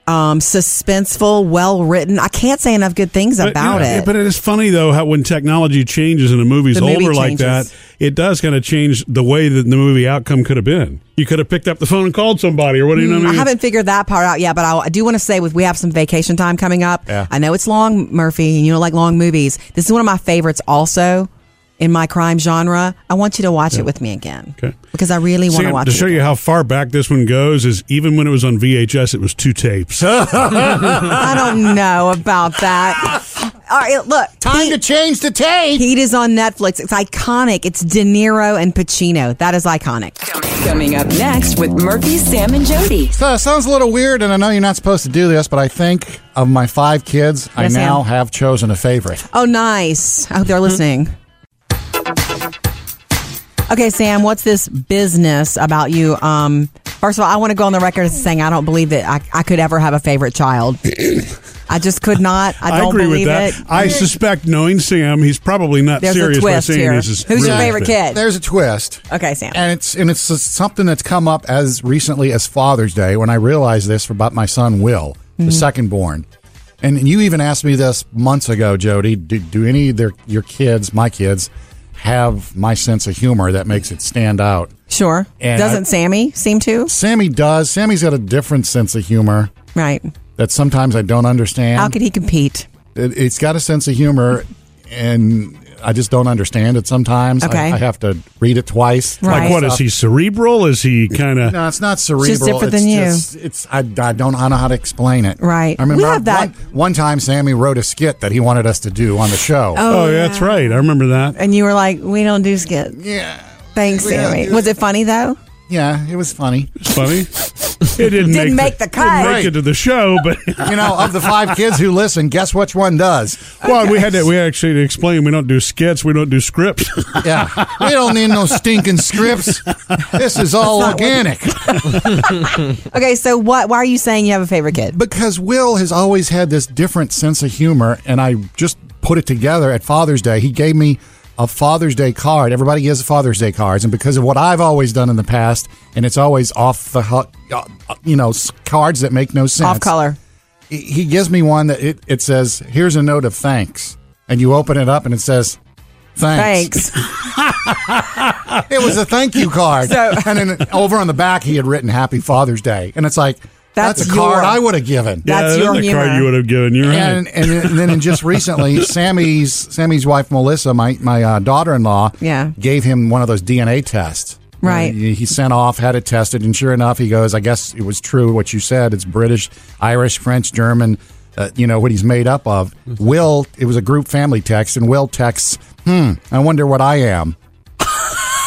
S2: um, suspenseful, well written. I can't say enough good things
S1: But,
S2: about
S1: yeah,
S2: it.
S1: But it is funny though how when technology changes and a movie's
S2: The
S1: older
S2: movie
S1: like that,
S2: changes.
S1: it does kind of change the way that the movie outcome could have been. You could have picked up the phone and called somebody, or what do you know? What I
S2: Mm, I
S1: mean?
S2: haven't figured that part out yet, but I, I do want to say with we have some vacation time coming up.
S3: Yeah.
S2: I know it's long, Murphy, and you don't like long movies. This is one of my favorites, also in my crime genre. I want you to watch it with me again,
S1: Okay.
S2: Because I really want
S1: Sam,
S2: watch
S1: to
S2: it.
S1: show you how far back this one goes is even when it was on VHS, it was two tapes.
S2: I don't know about that. All right, look,
S3: Time to change the tape.
S2: Heat is on Netflix. It's iconic. It's De Niro and Pacino. That is iconic.
S4: Coming up next with Murphy, Sam, and Jody.
S3: So, sounds a little weird, and I know you're not supposed to do this, but I think of my five kids, I
S2: Yes, ma'am.
S3: now have chosen a favorite.
S2: Oh, nice. I hope
S1: Hmm.
S2: they're listening. Okay, Sam, what's this business about you? Um, first of all, I want to go on the record as saying I don't believe that I, I could ever have a favorite child. I just could not. I
S1: I
S2: don't
S1: agree with
S2: believe
S1: that.
S2: it.
S1: I suspect, knowing Sam, he's probably not
S2: There's
S1: serious
S2: a
S1: by
S2: twist
S1: saying
S2: here.
S1: this is.
S2: Who's your
S1: really
S2: favorite
S1: fair.
S2: kid?
S3: There's a twist.
S2: Okay, Sam.
S3: And it's and it's something that's come up as recently as Father's Day when I realized this about my son Will,
S2: Mm-hmm.
S3: the second born. And you even asked me this months ago, Jody. Do, do any of their your kids, my kids, have my sense of humor that makes it stand out?
S2: Sure.
S3: And
S2: Doesn't
S3: I-
S2: Sammy seem to?
S3: Sammy does. Sammy's got a different sense of humor
S2: Right.
S3: that sometimes I don't understand.
S2: How could he compete?
S3: it, it's got a sense of humor, and I just don't understand it sometimes. I-
S2: Okay.
S3: I, have to read it twice.
S2: Right.
S1: Like, what is he cerebral? Is he kind of?
S3: No, it's not cerebral.
S2: different than you.
S3: you. It's I, I don't know how to explain it.
S2: Right.
S3: I remember
S2: We have that-
S3: One, one time Sammy wrote a skit that he wanted us to do on the show.
S1: Oh, yeah, that's right. I remember that.
S2: And you were like, we don't do skits.
S3: Yeah.
S2: Thanks,
S3: We don't
S2: Sammy.
S3: do
S2: Was it funny though?
S3: Yeah, it was funny.
S1: It's funny. It didn't,
S2: Didn't make the cut.
S1: Didn't make it to the show, but
S3: You know, of the five kids who listen, guess which one does?
S1: well, we had to. We actually to explain. We don't do skits. We don't do scripts.
S3: Yeah. We don't need no stinking scripts. This is all organic.
S2: Okay, so what? Why are you saying you have a favorite kid?
S3: Because Will has always had this different sense of humor, and I just put it together at Father's Day. He gave me a Father's Day card. Everybody gives Father's Day cards, and because of what I've always done in the past, and it's always off the hook, uh, you know, s- cards that make no sense.
S2: Off color.
S3: He- He gives me one that it, it says, "Here's a note of thanks," and you open it up, and it says, "Thanks."
S2: Thanks.
S3: It was a thank you card,
S2: So-
S3: and then over on the back he had written "Happy Father's Day," and it's like that's,
S2: That's
S3: a card
S2: your-
S3: I would have given.
S2: That's
S1: that is
S2: your
S1: the
S2: humor.
S1: card you would have given. You're right.
S3: and, and then- and then just recently, Sammy's Sammy's wife Melissa, my my uh, daughter-in-law,
S2: Yeah.
S3: gave him one of those DNA tests.
S2: Right.
S3: Uh, He he sent off, had it tested, and sure enough, he goes, "I guess it was true what you said. It's British, Irish, French, German. Uh, you know what he's made up of."
S2: Mm-hmm.
S3: Will it was a group family text, and Will texts, "Hmm, I wonder what I am."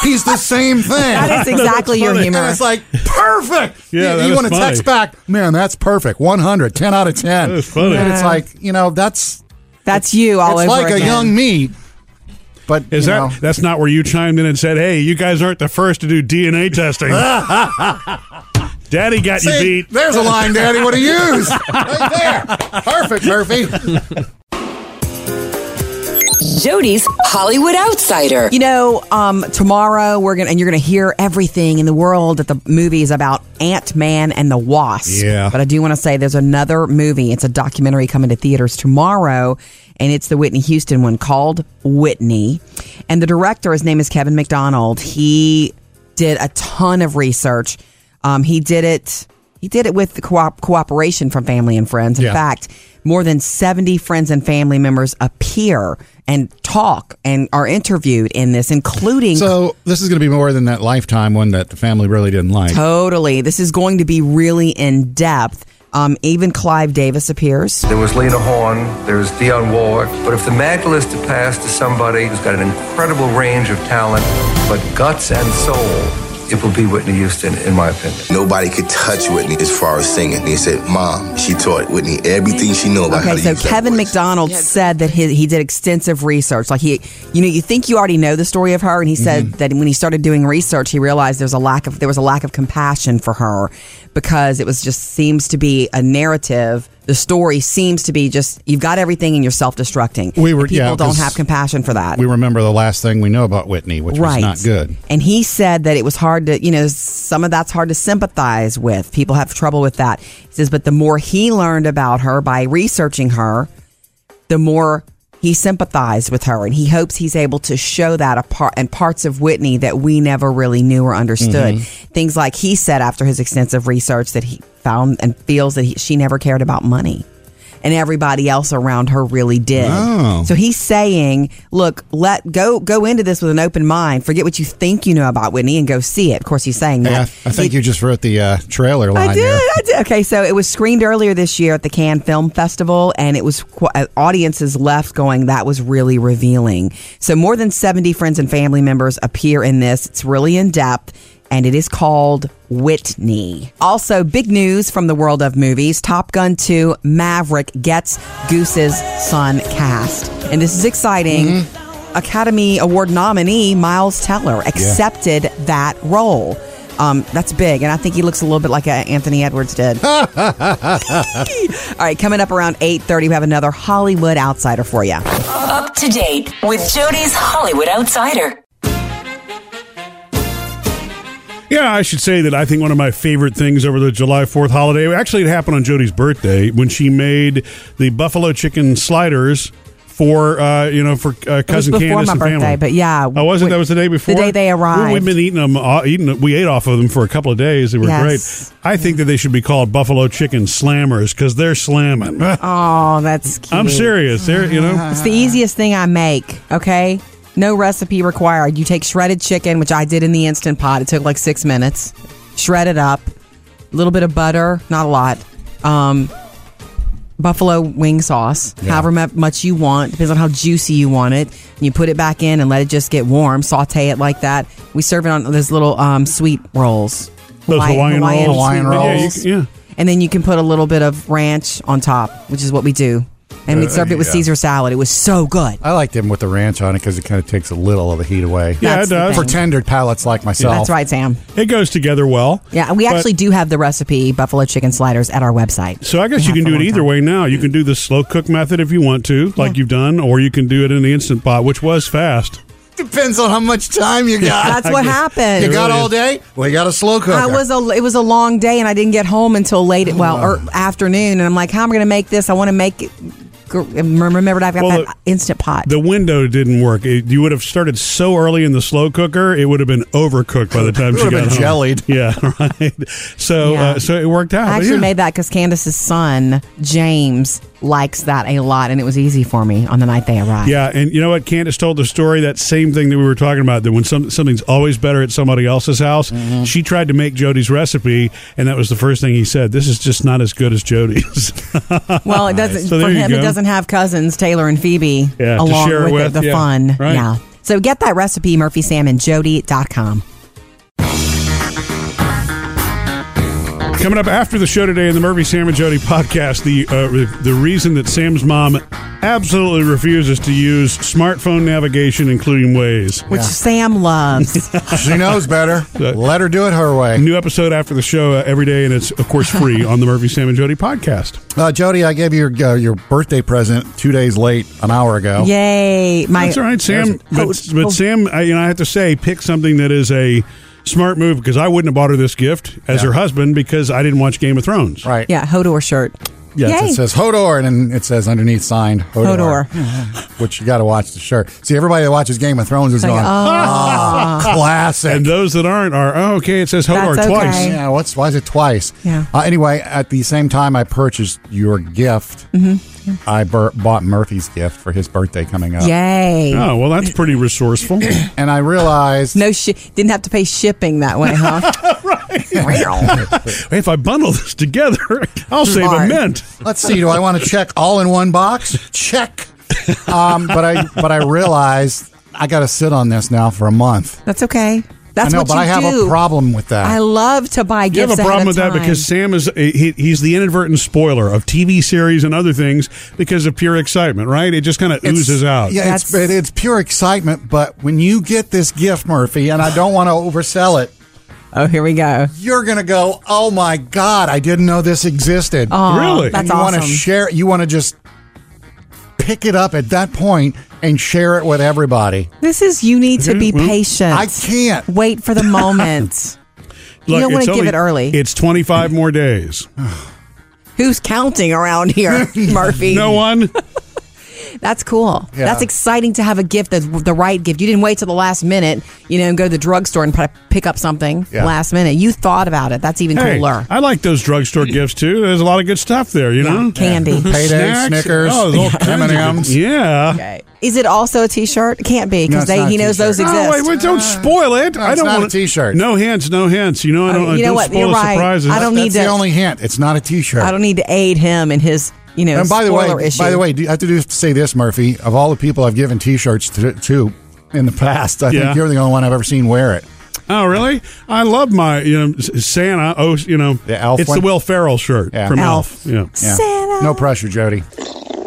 S3: he's the same thing.
S2: That is exactly your
S1: funny.
S2: humor.
S3: And it's like, perfect.
S1: Yeah,
S3: you
S1: that
S3: you
S1: is
S3: want to
S1: funny.
S3: text back, man, that's perfect. 100, 10 out of 10.
S1: That is funny.
S3: And it's like, you know, that's
S2: That's you all
S3: it's
S2: over
S3: like
S2: again.
S3: a young me. But
S1: Is
S3: you
S1: that
S3: know,
S1: that's not where you chimed in and said, "Hey, you guys aren't the first to do DNA testing." Daddy got
S3: see,
S1: you beat.
S3: There's a line Daddy would have used. right there. Perfect, Murphy.
S4: Jody's Hollywood Outsider.
S2: You know, um, tomorrow we're gonna and you're gonna hear everything in the world that the movie is about Ant Man and the Wasp.
S3: Yeah.
S2: But I do want to say there's another movie. It's a documentary coming to theaters tomorrow, and it's the Whitney Houston one called Whitney. And the director, his name is Kevin McDonald. He did a ton of research. Um, he did it. He did it with the coop- cooperation from family and friends. In
S3: Yeah.
S2: fact, more than 70 friends and family members appear and talk and are interviewed in this, including
S3: So this is going to be more than that lifetime one that the family really didn't like.
S2: totally. This is going to be really in depth. Um, even Clive Davis appears.
S7: There was Lena Horne, there was Dionne Warwick. But if the mantle is to pass to somebody who's got an incredible range of talent, but guts and soul, it will be Whitney Houston, in my opinion.
S8: Nobody could touch Whitney as far as singing. He said, Mom, she taught Whitney everything she knew about how
S2: Okay,
S8: to
S2: so
S8: use that
S2: Kevin
S8: voice.
S2: McDonald said that he, he did extensive research. Like he, you know, you think you already know the story of her, and he
S3: Mm-hmm.
S2: said that when he started doing research, he realized there's a lack of there was a lack of compassion for her because it was just seems to be a narrative. The story seems to be just you've got everything and you're self destructing.
S3: We were-
S2: people
S3: yeah,
S2: don't
S3: 'cause
S2: have compassion for that.
S3: We remember the last thing we know about Whitney, which
S2: Right.
S3: was not good.
S2: And he said that it was hard to, you know, some of that's hard to sympathize with. People have trouble with that. He says, but the more he learned about her by researching her, the more he sympathized with her. And he hopes he's able to show that a part and parts of Whitney that we never really knew or understood. Things like he said after his extensive research that he found and feels that he, she never cared about money. And everybody else around her really did. So he's saying, look, let go go into this with an open mind. Forget what you think you know about Whitney and go see it. Of course, he's saying
S3: Hey, I, I
S2: that.
S3: think you just wrote the uh, trailer line
S2: I did.
S3: there.
S2: I did. Okay, so it was screened earlier this year at the Cannes Film Festival, and it was qu- uh, audiences left going, "That was really revealing." So more than seventy friends and family members appear in this. It's really in depth. And it is called Whitney. Also, big news from the world of movies Top Gun 2 Maverick gets Goose's son cast. And this is exciting. Academy Award nominee Miles Teller accepted that role. Um, that's big, and I think he looks a little bit like uh, Anthony Edwards did. All right, coming up around eight thirty, we have another Hollywood outsider for you.
S4: Up to date with Jody's Hollywood Outsider.
S1: Yeah, I should say that I think one of my favorite things over the July 4th holiday, actually, it happened on Jody's birthday when she made the buffalo chicken sliders for, uh, you know, for uh, cousin
S2: before
S1: Candace
S2: my
S1: and
S2: birthday,
S1: family.
S2: but yeah.
S1: Oh, was it? That was the day before?
S2: day they
S1: Well, we've
S2: arrived.
S1: been eating them, uh, eating, we ate off of them for a couple of days. They were
S2: Yes.
S1: great. I think that they should be called buffalo chicken slammers because they're slamming.
S2: Oh, that's cute.
S1: I'm serious. They're, you know.
S2: It's the easiest thing I make. Okay, no recipe required. You take shredded chicken, which I did in the instant pot. It took like six minutes. Shred it up, a little bit of butter, not a lot. Um, buffalo wing sauce, however mu- much you want, depends on how juicy you want it. And you put it back in and let it just get warm. Saute it like that. We serve it on those little um, sweet rolls.
S1: Those Hawaiian rolls.
S3: Hawaiian
S2: sweet
S1: Yeah, you
S3: rolls.
S1: can- yeah.
S2: and then you can put a little bit of ranch on top, which is what we do. And we
S1: Uh,
S2: served it with
S3: yeah.
S2: Caesar salad. It was so good.
S3: I liked them with the ranch on it because it kind of takes a little of the heat away.
S1: Yeah,
S2: That's
S1: it
S2: the
S1: does.
S3: For
S2: thing.
S3: tender palates like myself.
S2: That's right, Sam.
S1: It goes together well.
S2: Yeah, we
S1: But-
S2: actually do have the recipe buffalo chicken sliders at our website.
S1: So I
S2: We
S1: guess you
S2: have
S1: can
S2: for
S1: do
S2: a
S1: it
S2: long
S1: either
S2: time.
S1: way now. You can do the slow cook method if you want to, like you've done, or you can do it in the instant pot, which was fast.
S3: Depends on how much time you got.
S2: That's what happened.
S3: You got
S1: really
S3: all
S1: is.
S3: day? Well, you got a slow cooker.
S2: I was a, it was a long day and I didn't get home until
S1: Oh,
S2: late, well, or afternoon. And I'm like, how am I going to make this? I want to make it. gr- Remembered I've got
S1: Well,
S2: that
S1: the-
S2: instant pot.
S1: The window didn't work. It, you would have started so early in the slow cooker, it would have been overcooked by the time she
S3: would
S1: got
S3: have been
S1: home.
S3: jellied.
S1: Yeah, right. So,
S2: Yeah.
S1: uh, so it worked out.
S2: I
S1: But
S2: actually
S1: yeah.
S2: made that because Candace's son, James, likes that a lot, and it was easy for me on the night they arrived.
S1: Yeah, and you know what? Candace told the story that same thing that we were talking about. That when some, something's always better at somebody else's house, she tried to make Jody's recipe, and that was the first thing he said. This is just not as good as Jody's.
S2: Well, it doesn't
S1: So
S2: for
S1: there you
S2: him. It
S1: go.
S2: doesn't have cousins Taylor and Phoebe
S1: Yeah, to
S2: along
S1: share
S2: with,
S1: with,
S2: it, the
S1: yeah,
S2: fun.
S1: right.
S2: Yeah. So get that recipe, Murphy Sam and Jody.com.
S1: Coming up after the show today in the Murphy Sam and Jody podcast, the uh, the reason that Sam's mom absolutely refuses to use smartphone navigation, including Waze.
S2: Which Sam loves.
S3: she knows better. Let her do it her way.
S1: New episode after the show uh, every day, and it's of course free on the Murphy Sam and Jody podcast.
S3: Uh, Jody, I gave you your, uh, your birthday present two days late, an hour ago.
S2: Yay. My
S1: That's all right, Sam. But,
S2: Oh,
S1: but
S2: oh.
S1: Sam, I, you know, I have to say, pick something that is a smart move because I wouldn't have bought her this gift as her husband because I didn't watch Game of Thrones.
S3: Right.
S2: Yeah, Hodor shirt.
S3: Yes,
S2: Yay.
S3: it says Hodor, and then it says underneath signed Hodor, which you got to watch the shirt. See, everybody that watches Game of Thrones is
S2: oh.
S3: going, ah, classic.
S2: uh,
S1: And those that aren't are oh, okay. It says Hodor
S2: That's
S1: twice.
S2: okay.
S3: yeah, what's why is it twice?
S2: Yeah.
S3: Uh, anyway, at the same time I purchased your gift,
S2: Mm-hmm.
S3: I bur- bought Murphy's gift for his birthday coming up,
S2: Yay.
S1: Oh well, that's pretty resourceful.
S3: and I realized
S2: No, shi didn't have to pay shipping that way, huh?
S1: if I bundle this together, I'll save a
S2: Smart.
S1: mint.
S3: Let's see. Do I want to check all in one box? Check. Um, but I but I realized I got to sit on this now for a month.
S2: That's okay. That's
S3: I know,
S2: what
S3: but
S2: you
S3: I have
S2: do.
S3: a problem with that.
S2: I love to buy
S1: You
S2: gifts.
S1: have a
S2: ahead
S1: problem
S2: of
S1: with that
S2: time.
S1: because Sam is he, he's the inadvertent spoiler of TV series and other things because of pure excitement, right? It just kind of
S3: It's-
S1: oozes out.
S3: Yeah, it's,
S2: That's-
S3: it- it's pure excitement. But when you get this gift, Murphy, and I don't want to oversell it,
S2: Oh, here we go.
S3: you're gonna go, "Oh my God, I didn't know this existed."
S2: Aw,
S1: Really?
S2: Oh, That's
S3: you
S2: awesome.
S3: want to share? You want to just pick it up at that point and share it with everybody?
S2: This is you need to be
S1: Well,
S2: patient.
S3: I can't.
S2: wait for the moment. you don't
S1: it's
S2: wanna give
S1: only-
S2: it early.
S1: It's twenty five more days.
S2: Who's counting around here, Murphy?
S1: No one.
S2: That's cool.
S3: Yeah.
S2: That's exciting to have a gift that's the right gift. You didn't wait till the last minute, you know, and go to the drugstore and p- pick up something
S3: Yeah.
S2: last minute. You thought about it. That's even
S1: Hey,
S2: cooler.
S1: I like those drugstore gifts too. There's a lot of good stuff there, you know?
S2: Candy.
S3: Payday,
S1: Snacks.
S3: Snickers,
S1: Oh, there's all kinds of good-
S3: M&Ms.
S1: Yeah.
S2: Okay. Is it also a T-shirt? It can't be
S3: No,
S2: because
S3: it's not
S2: they
S3: a
S2: he knows
S3: t-shirt.
S2: those
S3: No,
S2: exist.
S1: Oh, wait, wait, don't spoil it.
S3: No,
S1: I
S3: it's
S1: don't
S3: not a
S1: want
S3: t-shirt.
S1: No hints, no hints. You know, I
S2: Oh,
S1: don't,
S2: you know
S1: don't
S2: what?
S1: spoil
S2: You're
S1: the
S2: right.
S1: surprises.
S2: I don't
S3: That's
S2: need
S3: the
S2: to-
S3: only hint. It's not a T-shirt.
S2: I don't need to aid him in his, you know,
S3: And by the way,
S2: spoiler issue.
S3: by the way, do- I have to do say this, Murphy. Of all the people I've given T-shirts to, to in the past, I
S1: Yeah.
S3: think you're the only one I've ever seen wear it.
S1: Oh, really? I love my, you know, S- Santa. Oh, you know,
S3: The Alf
S1: it's
S3: one?
S1: the Will Ferrell shirt
S3: Yeah.
S1: from Elf.
S2: Alf.
S1: Yeah.
S3: Yeah.
S2: Santa.
S3: No pressure, Jody.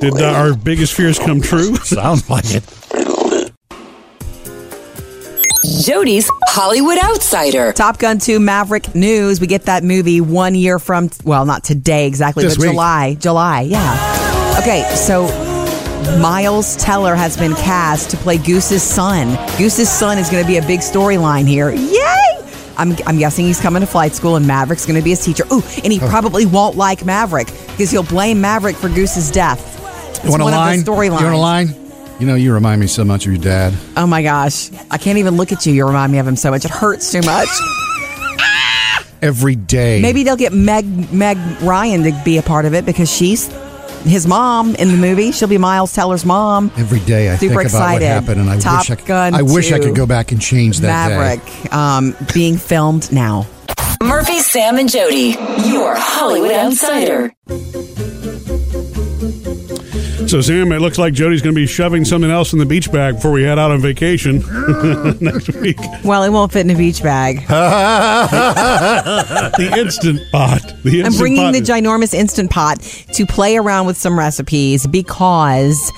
S1: Did uh, our biggest fears come true?
S3: Sounds like it.
S4: Jody's Hollywood Outsider.
S2: Top Gun 2 Maverick news. We get that movie one year from, well, not today exactly,
S3: This
S2: but
S3: week.
S2: July. July, yeah. Okay, so Miles Teller has been cast to play Goose's son. Goose's son is going to be a big storyline here. Yay! I'm, I'm guessing he's coming to flight school and Maverick's going to be his teacher. Ooh, and he
S3: Oh.
S2: probably won't like Maverick because he'll blame Maverick for Goose's death. It's
S3: You want a
S2: one
S3: line?
S2: of the
S3: you want a
S2: storylines.
S3: line? You know, you remind me so much of your dad.
S2: Oh my gosh. I can't even look at you. You remind me of him so much. It hurts too much.
S3: Every day.
S2: Maybe they'll get Meg Meg Ryan to be a part of it because she's his mom in the movie. She'll be Miles Teller's mom.
S3: Every day I
S2: Super
S3: think about what
S2: excited.
S3: happened, and I
S2: Top
S3: wish I,
S2: Gun
S3: I wish I
S2: 2.
S3: could go back and change that day.
S2: Maverick um, being filmed now.
S4: Murphy, Sam, and Jody. Your Hollywood Outsider.
S1: so, Sam, it looks like Jody's going to be shoving something else in the beach bag before we head out on vacation next week.
S2: Well, it won't fit in a beach bag.
S1: The instant pot. The instant
S2: I'm bringing
S1: pot
S2: the
S1: is-
S2: ginormous instant pot to play around with some recipes because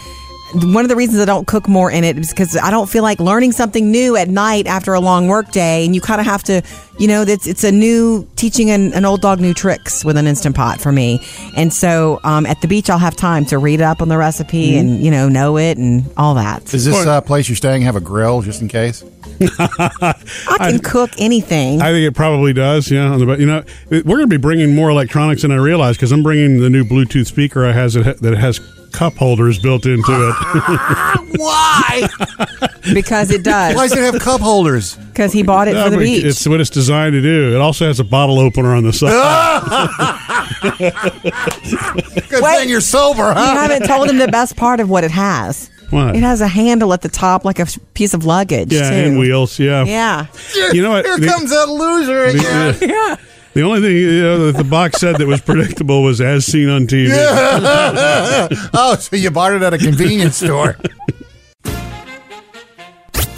S2: one of the reasons I don't cook more in it is because I don't feel like learning something new at night after a long work day. And you kind of have to, you know, it's, it's a new teaching an, an old dog new tricks with an Instant Pot for me. And so um, at the beach, I'll have time to read up on the recipe
S1: Mm-hmm.
S2: and, you know, know it and all that.
S3: Does this uh, place you're staying have a grill just in case?
S2: I can cook anything.
S1: I think it probably does. Yeah, on the ba- you know we're going to be bringing more electronics than I realize because I'm bringing the new Bluetooth speaker I has that ha- that has cup holders built into it.
S3: Why?
S2: because it does.
S3: Why does it have cup holders?
S2: Because he bought it
S1: I
S2: for the
S1: mean,
S2: beach.
S1: It's what it's designed to do. It also has a bottle opener on the side.
S3: Good
S2: Wait.
S3: thing you're sober,
S2: you
S3: huh?
S2: haven't told him the best part of what it has.
S1: What?
S2: It has a handle at the top, like a sh- piece of luggage.
S1: yeah,
S2: too.
S1: and wheels. Yeah,
S2: Yeah.
S1: You know what?
S3: Here
S1: The-
S3: comes that loser
S1: The,
S3: again.
S1: the- the only thing you know, that the box said that was predictable was as seen on TV.
S3: oh, so you bought it at a convenience store.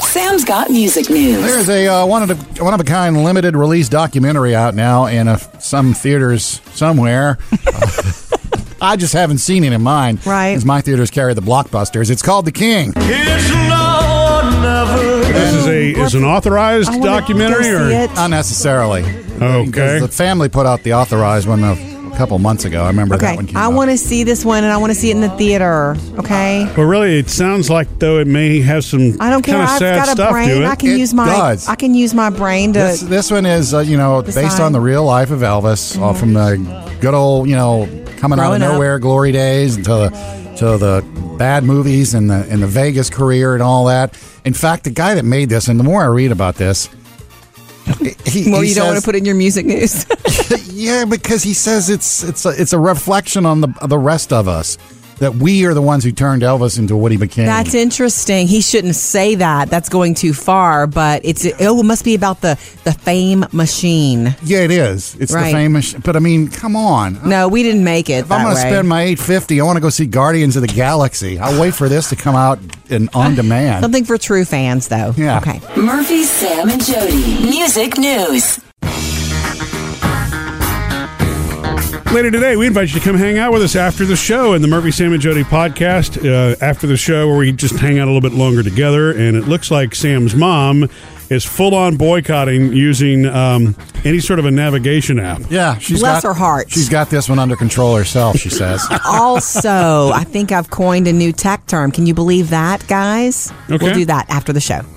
S4: Sam's got music news.
S3: There's a uh, one of one of a kind limited release documentary out now in uh some theaters somewhere. Uh, I just haven't seen it in mine.
S2: Right.
S3: Because my theaters carry the blockbusters. It's called The King.
S1: This is a is an authorized
S2: I wanna
S1: documentary
S2: go
S1: or
S2: see it.
S3: Unnecessarily.
S1: okay.
S3: Because The family put out the authorized one a, a couple months ago. I remember that
S2: Okay,
S3: one came
S2: I
S3: out.
S2: want to see this one, and I want to see it in the theater. Okay,
S1: Well, really, it sounds like though it may have some
S2: I don't care.
S1: kind of
S2: I've
S1: sad
S2: got a
S1: stuff
S2: brain.
S1: to it.
S2: I can
S3: It
S2: use my.
S3: does.
S2: I can use my brain to.
S3: This, this one is, uh, you know, based
S2: Design.
S3: on the real life of Elvis, all from the good old, you know,
S2: Mm-hmm.
S3: coming
S2: Growing
S3: out
S2: up.
S3: of nowhere glory days until the, to the bad movies and the and the Vegas career and all that. In fact, the guy that made this, and the more I read about this, he,
S2: well,
S3: he
S2: you don't want to
S3: says-
S2: put it in your music news.
S3: yeah, because he says it's it's a, it's a reflection on the the rest of us that we are the ones who turned Elvis into what he became.
S2: That's interesting. He shouldn't say that. That's going too far. But it's oh, it must be about the the fame machine.
S3: yeah, it is. It's
S2: Right.
S3: the famous. But I mean, come on.
S2: No, we didn't make it.
S3: If I'm
S2: that
S3: going to
S2: way.
S3: spend my 850, I want to go see Guardians of the Galaxy. I'll wait for this to come out in on demand.
S2: something for true fans, though.
S3: Yeah.
S2: Okay.
S4: Murphy, Sam, and Jody. Music news.
S1: Later today, we invite you to come hang out with us after the show in the Murphy, Sam, and Jody podcast. Uh, after the show, where we just hang out a little bit longer together, and it looks like Sam's mom is full on boycotting using um, any sort of a navigation app.
S3: Yeah, she's
S2: Bless
S3: got,
S2: her heart.
S3: She's got this one under control herself. She says.
S2: Also, I think I've coined a new tech term. Can you believe that, guys?
S1: Okay.
S2: We'll do that after the show.